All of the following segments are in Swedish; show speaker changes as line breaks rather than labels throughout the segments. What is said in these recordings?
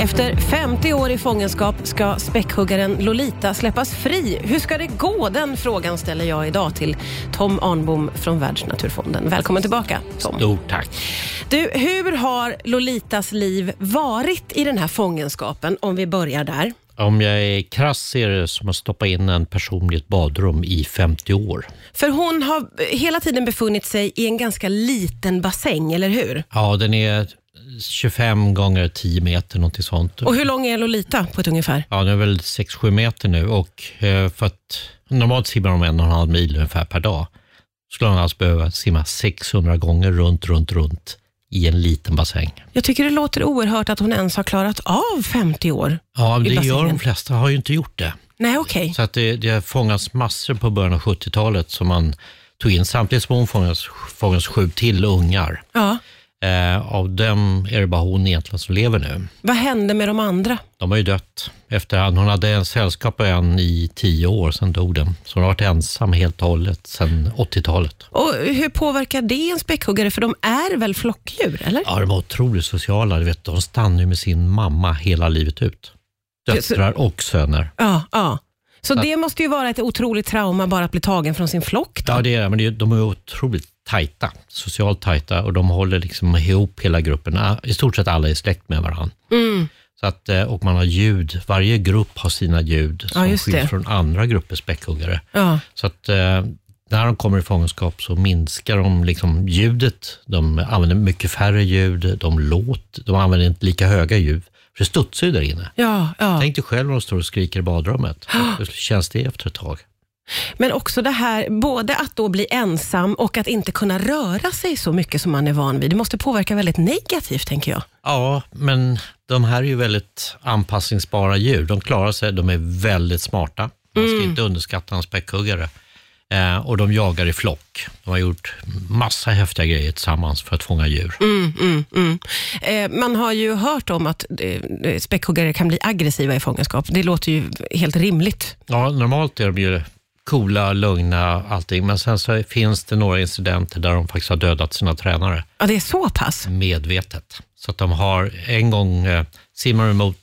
Efter 50 år i fångenskap ska späckhuggaren Lolita släppas fri. Hur ska det gå? Den frågan ställer jag idag till Tom Arnbom från Världsnaturfonden. Välkommen tillbaka, Tom.
Stort tack.
Du, hur har Lolitas liv varit i den här fångenskapen, om vi börjar där?
Om jag är krass är det som att stoppa in en person i ett badrum i 50 år.
För hon har hela tiden befunnit sig i en ganska liten bassäng, eller hur?
Ja, den är 25 gånger 10 meter, någonting sånt.
Och hur lång är Lolita på ett ungefär?
Ja, den är väl 6-7 meter nu och eh, för att normalt simmar de en och en halv mil ungefär per dag. Skulle de alltså behöva simma 600 gånger runt, runt, runt i en liten bassäng.
Jag tycker det låter oerhört att hon ens har klarat av 50 år.
Ja,
I
det gör
bassängen.
de flesta, har ju inte gjort det.
Nej, okej.
Så att det, det har fångats massor på början av 70-talet som man tog in. Samtidigt som hon fångas, fångas sju till ungar.
Ja.
Eh, av dem är det bara hon egentligen som lever nu.
Vad hände med de andra?
De har ju dött efterhand. Hon hade en sällskap med en i tio år, sen dog den. Så hon har varit ensam helt och hållet sedan 80-talet.
Och hur påverkar det en späckhuggare? För de är väl flockdjur, eller?
Ja, de var otroligt sociala. Du vet, de stannar ju med sin mamma hela livet ut. Döttrar och söner.
Ja. ja. Så det måste ju vara ett otroligt trauma bara att bli tagen från sin flock. Då.
Ja, det är det. Men det, är- de är otroligt tajta, socialt tajta och de håller liksom ihop hela gruppen. Ah, I stort sett alla är släkt med varandra.
Mm.
Så att, eh, och man har ljud. Varje grupp har sina ljud som
just det.
skiljs från andra gruppers späckhuggare.
Ja.
Så att eh, när de kommer i fångenskap så minskar de liksom ljudet. De använder mycket färre ljud, de låt, de använder inte lika höga ljud. För det studsar ju där inne.
Ja, ja.
Tänk dig själv när de står och skriker i badrummet. Hur känns det efter ett tag?
Men också det här, både att då bli ensam och att inte kunna röra sig så mycket som man är van vid. Det måste påverka väldigt negativt, tänker jag.
Ja, men de här är ju väldigt anpassningsbara djur. De klarar sig, de är väldigt smarta. Man ska inte underskatta en späckhuggare. Eh, och de jagar i flock. De har gjort massa häftiga grejer tillsammans för att fånga djur.
Mm, Eh, man har ju hört om att eh, späckhuggare kan bli aggressiva i fångenskap. Det låter ju helt rimligt.
Ja, normalt är de ju coola, lugna, allting. Men sen så finns det några incidenter där de faktiskt har dödat sina tränare
Ja, det är så pass.
medvetet. Så att de har en gång eh, simmar de mot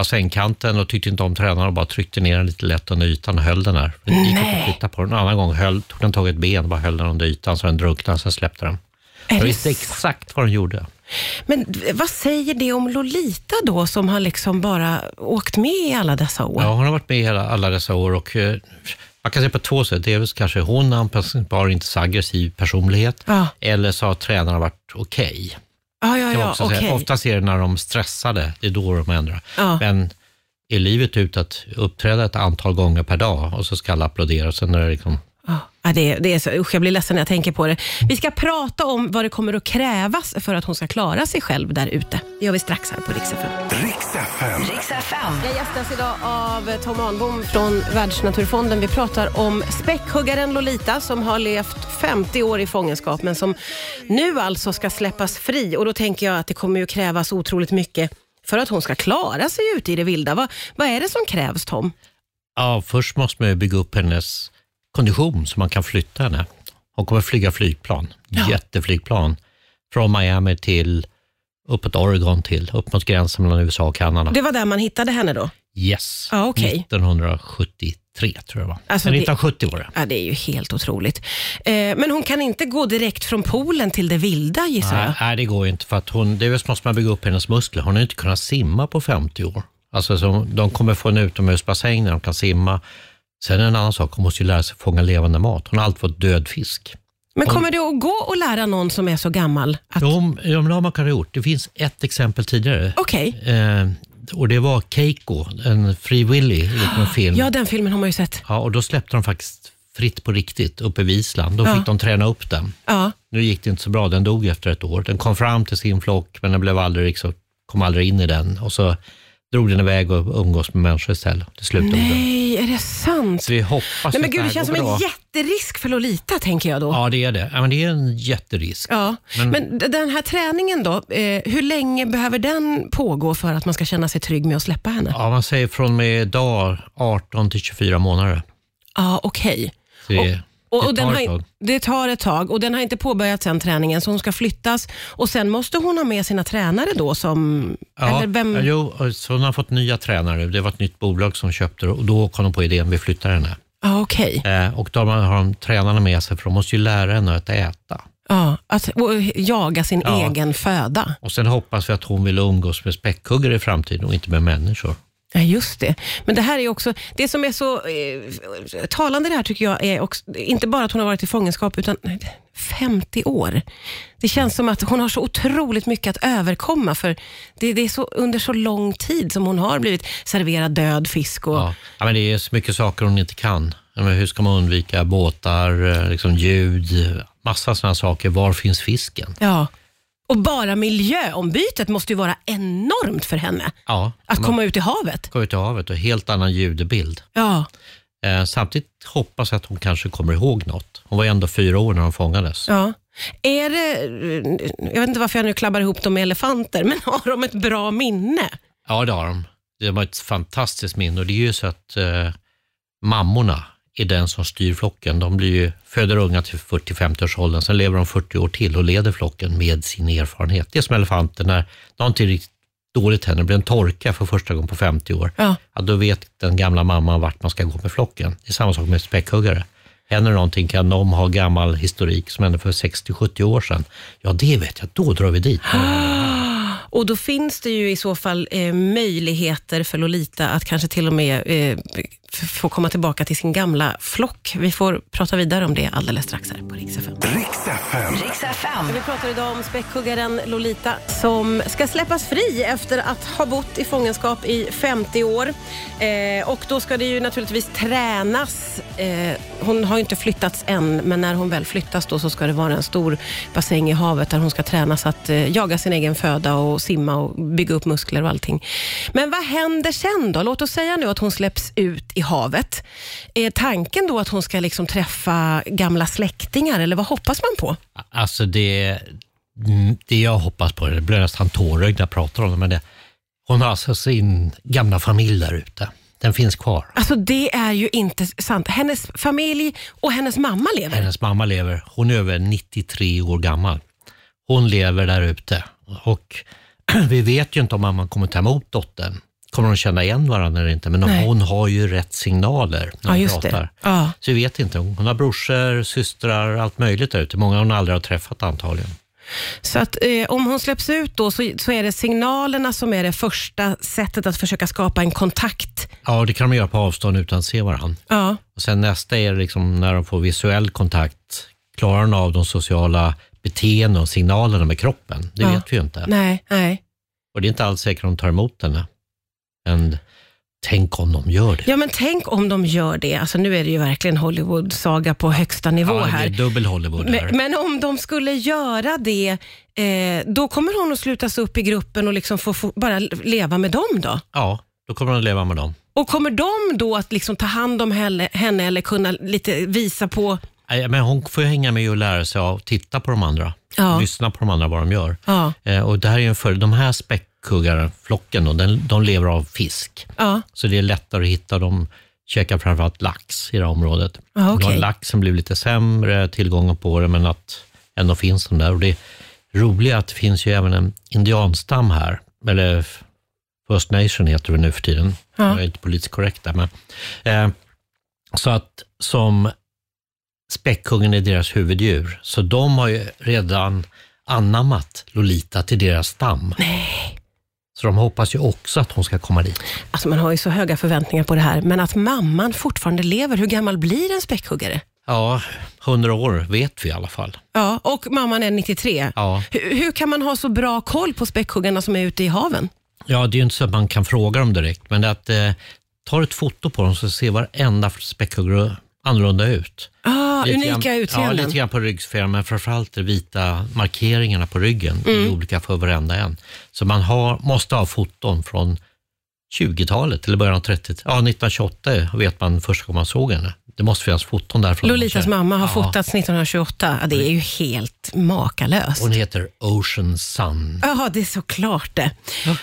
bassängkanten och tyckte inte om tränaren och bara tryckte ner den lite lätt under ytan och höll den där. Det gick inte att flytta på den. En annan gång höll, tog den tag i ett ben och bara höll den under ytan så den drunknade och sen släppte den.
Är
Jag
det
visste exakt vad de gjorde.
Men d- vad säger det om Lolita då, som har liksom bara åkt med i alla dessa år?
Ja, hon har varit med hela, alla dessa år och eh, man kan se på två sätt. Dels kanske hon anpassningsbar, inte så aggressiv personlighet.
Ja.
Eller så har tränaren varit okej.
Ja, ja,
kan man
ja,
också säga.
okej.
Oftast är det när de är stressade, det är då de ändrar.
Ja.
Men är livet ut att uppträda ett antal gånger per dag och så ska alla applådera och sen är det liksom,
Ja, det, är- det är så, usch, jag blir ledsen när jag tänker på det. Vi ska prata om vad det kommer att krävas för att hon ska klara sig själv där ute. Det gör vi strax här på Rix FM.
Riks FM.
Jag gästas idag av Tom Arnbom från Världsnaturfonden. Vi pratar om späckhuggaren Lolita som har levt 50 år i fångenskap men som nu alltså ska släppas fri. Och då tänker jag att det kommer ju krävas otroligt mycket för att hon ska klara sig ute i det vilda. Vad, vad är det som krävs Tom?
ja först måste man ju bygga upp hennes kondition så man kan flytta henne. Hon kommer flyga flygplan, jätteflygplan, från Miami till uppåt Oregon till, upp mot gränsen mellan USA och Kanada.
Det var där man hittade henne då?
Yes,
Ja, okej.
1973 tror jag var.
Alltså,
Eller
det-
1970 var det.
Ja, det är ju helt otroligt. Eh, men hon kan inte gå direkt från poolen till det vilda gissar
Nej,
jag?
nej, det går ju inte. För att hon, det är väl måste man bygga upp hennes muskler. Hon har ju inte kunnat simma på 50 år. Alltså, så de kommer få en utomhusbassäng där de kan simma. Sen är det en annan sak, hon måste ju lära sig fånga levande mat. Hon har alltid fått död fisk.
Men kommer det att gå att lära någon som är så gammal? att-
De, de har man kanske gjort. Det finns ett exempel tidigare.
Okej.
Eh, och det var Keiko, en Free Willy, en film.
Ja, den filmen har man ju sett.
Ja, och då släppte de faktiskt fritt på riktigt uppe vid Island. Då fick de träna upp den.
Ja.
Nu gick det inte så bra, den dog efter ett år. Den kom fram till sin flock men den blev aldrig, liksom, kom aldrig in i den. Och så drog den iväg och umgås med människor istället. Till slut dog den.
Nej, är det sant?
Så vi hoppas
Nej, men
att det
gud, det
här
känns
går
som en
bra.
jätterisk för Lolita, tänker jag då. Ja.
Ja, det är det. Ja, men det är en jätterisk.
Men, d- den här träningen då, eh, hur länge behöver den pågå för att man ska känna sig trygg med att släppa henne? Ja,
Ja, man säger från och med idag 18 till 24 månader.
okej.
Så det är
Och,
Det
och den
tar
har,
ett tag.
det tar ett tag och den har inte påbörjat sen träningen, så hon ska flyttas. Och sen måste hon ha med sina tränare då som...
Ja,
eller vem,
jo, och så hon har fått nya tränare. Det var ett nytt bolag som köpte det och då kom de på idén, vi flyttar henne.
Ja, okej.
Eh, och då har de tränarna med sig, för de måste ju lära henne att äta.
Ja, att och jaga sin
Ja.
egen föda.
Och sen hoppas vi att hon vill umgås med späckhuggare i framtiden och inte med människor.
Ja, just det. Men det här är ju också, det som är så eh, talande det här tycker jag är också, inte bara att hon har varit i fångenskap, utan 50 år. Det känns som att hon har så otroligt mycket att överkomma, för det, det är så, under så lång tid som hon har blivit serverad död fisk och
Ja. Ja, men det är så mycket saker hon inte kan. Ja, men hur ska man undvika båtar, eh, liksom ljud, massa sådana saker. Var finns fisken?
Ja. Och bara miljöombytet måste ju vara enormt för henne.
Ja,
Att
man
komma ut i havet.
går ut i havet och helt annan ljudbild.
Ja.
Eh, samtidigt hoppas jag att hon kanske kommer ihåg något. Hon var ju ändå fyra år när hon fångades.
ja. Är det, jag vet inte varför jag nu klabbar ihop dem med elefanter, men har de ett bra minne?
Ja, det har de. Det var ett fantastiskt minne och det är ju så att eh, mammorna är den som styr flocken. De blir ju, föder unga till 40-50 års åldern, sen lever de 40 år till och leder flocken med sin erfarenhet. Det är som elefanter, när någonting riktigt dåligt händer, det blir en torka för första gången på 50 år,
Ja.
ja, då vet den gamla mamman vart man ska gå med flocken. Det är samma sak med späckhuggare. Händer någonting kan de ha gammal historik som hände för 60-70 år sedan. Ja, det vet jag. Då drar vi dit.
Och då finns det ju i så fall eh, möjligheter för Lolita att kanske till och med eh, f- få komma tillbaka till sin gamla flock. Vi får prata vidare om det alldeles strax här på Rix FM.
Riks FM.
Riks FM.
Vi pratar idag om späckhuggaren Lolita som ska släppas fri efter att ha bott i fångenskap i 50 år. Eh, och då ska det ju naturligtvis tränas. Eh, hon har ju inte flyttats än, men när hon väl flyttas då så ska det vara en stor bassäng i havet där hon ska tränas att eh, jaga sin egen föda och simma och bygga upp muskler och allting. Men vad händer sen då? Låt oss säga nu att hon släpps ut i havet. Är tanken då att hon ska liksom träffa gamla släktingar eller vad hoppas man på?
Alltså det, mm, det jag hoppas på, det blir nästan tårögd när jag pratar om det, men det, hon har alltså sin gamla familj där ute. Den finns kvar.
Alltså det är ju inte sant. Hennes familj och hennes mamma lever.
Hennes mamma lever. Hon är över 93 år gammal. Hon lever där ute. Och vi vet ju inte om mamman kommer ta emot dottern. Kommer de känna igen varandra eller inte? Men
Nej.
hon har ju rätt signaler
Ja,
när hon
just
pratar.
det. Ja.
Så vi vet inte. Hon har brorsor, systrar, allt möjligt där ute. Många hon aldrig har träffat antagligen.
Så att eh, om hon släpps ut då så, så är det signalerna som är det första sättet att försöka skapa en kontakt.
Ja, det kan de göra på avstånd utan att se varandra.
Ja.
Och sen nästa är liksom när de får visuell kontakt. Klarar de av de sociala beteenden och signalerna med kroppen? Det
Ja.
vet vi ju inte.
Nej, nej.
Och det är inte alls säkert om de tar emot henne. Men tänk om de gör det.
Ja men tänk om de gör det. Alltså nu är det ju verkligen Hollywood-saga på högsta nivå
Ja, det är
här.
dubbel Hollywood här.
Men, men om de skulle göra det, eh, då kommer hon att slutas upp i gruppen och liksom få, få bara leva med dem då?
Ja, då kommer de att leva med dem.
Och kommer de då att liksom ta hand om henne, henne eller kunna lite visa på...
Nej, Men hon får ju hänga med och lära sig av, titta på de andra.
Ja.
Lyssna på de andra vad de gör.
Ja.
Eh, och det här är ju en för, de här späckhuggarflocken, då, den, de lever av fisk.
Ja,
Så det är lättare att hitta dem. Käkar framförallt lax i det här området.
Ja, Ah, okej.
De har Laxen blev lite sämre, tillgången på det, men att ändå finns de där. Och det roliga är att det finns ju även en indianstam här, eller First Nation heter det nu för tiden.
Ja.
Jag är inte politiskt korrekt där. Men, eh, så att som späckhuggen är deras huvuddjur, så de har ju redan anammat Lolita till deras stam. Så de hoppas ju också att hon ska komma dit.
alltså man har ju så höga förväntningar på det här, men att mamman fortfarande lever, hur gammal blir en späckhuggare?
Ja, 100 år vet vi i alla fall.
Ja, och mamman är 93.
Ja.
Hur, hur kan man ha så bra koll på späckhuggarna som är ute i haven?
Ja, det är ju inte så att man kan fråga dem direkt, men det är att eh, ta ett foto på dem så ser varenda späckhuggare annorlunda ut.
Ah,
Lite
unika
grann-
utseenden.
Ja, lite grann på ryggfjärden, men framförallt de vita markeringarna på ryggen
Mm.
är olika för varenda en. Så man har, måste ha foton från 20-talet eller början av 30-talet. Ja, 1928 vet man första gången man såg henne. Det måste finnas foton därifrån.
Lolitas mamma har
Ja.
fotats 1928. Ja, det är ju helt makalöst.
Hon heter Ocean Sun.
Ja, det är såklart det.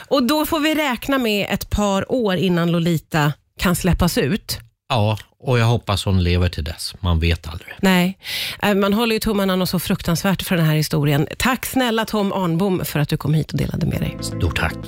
Och då får vi räkna med ett par år innan Lolita kan släppas ut.
Ja, Och jag hoppas hon lever till dess. Man vet aldrig.
Nej, Eh, man håller ju tummarna något så fruktansvärt för den här historien. Tack snälla Tom Arnbom för att du kom hit och delade med dig.
Stort tack.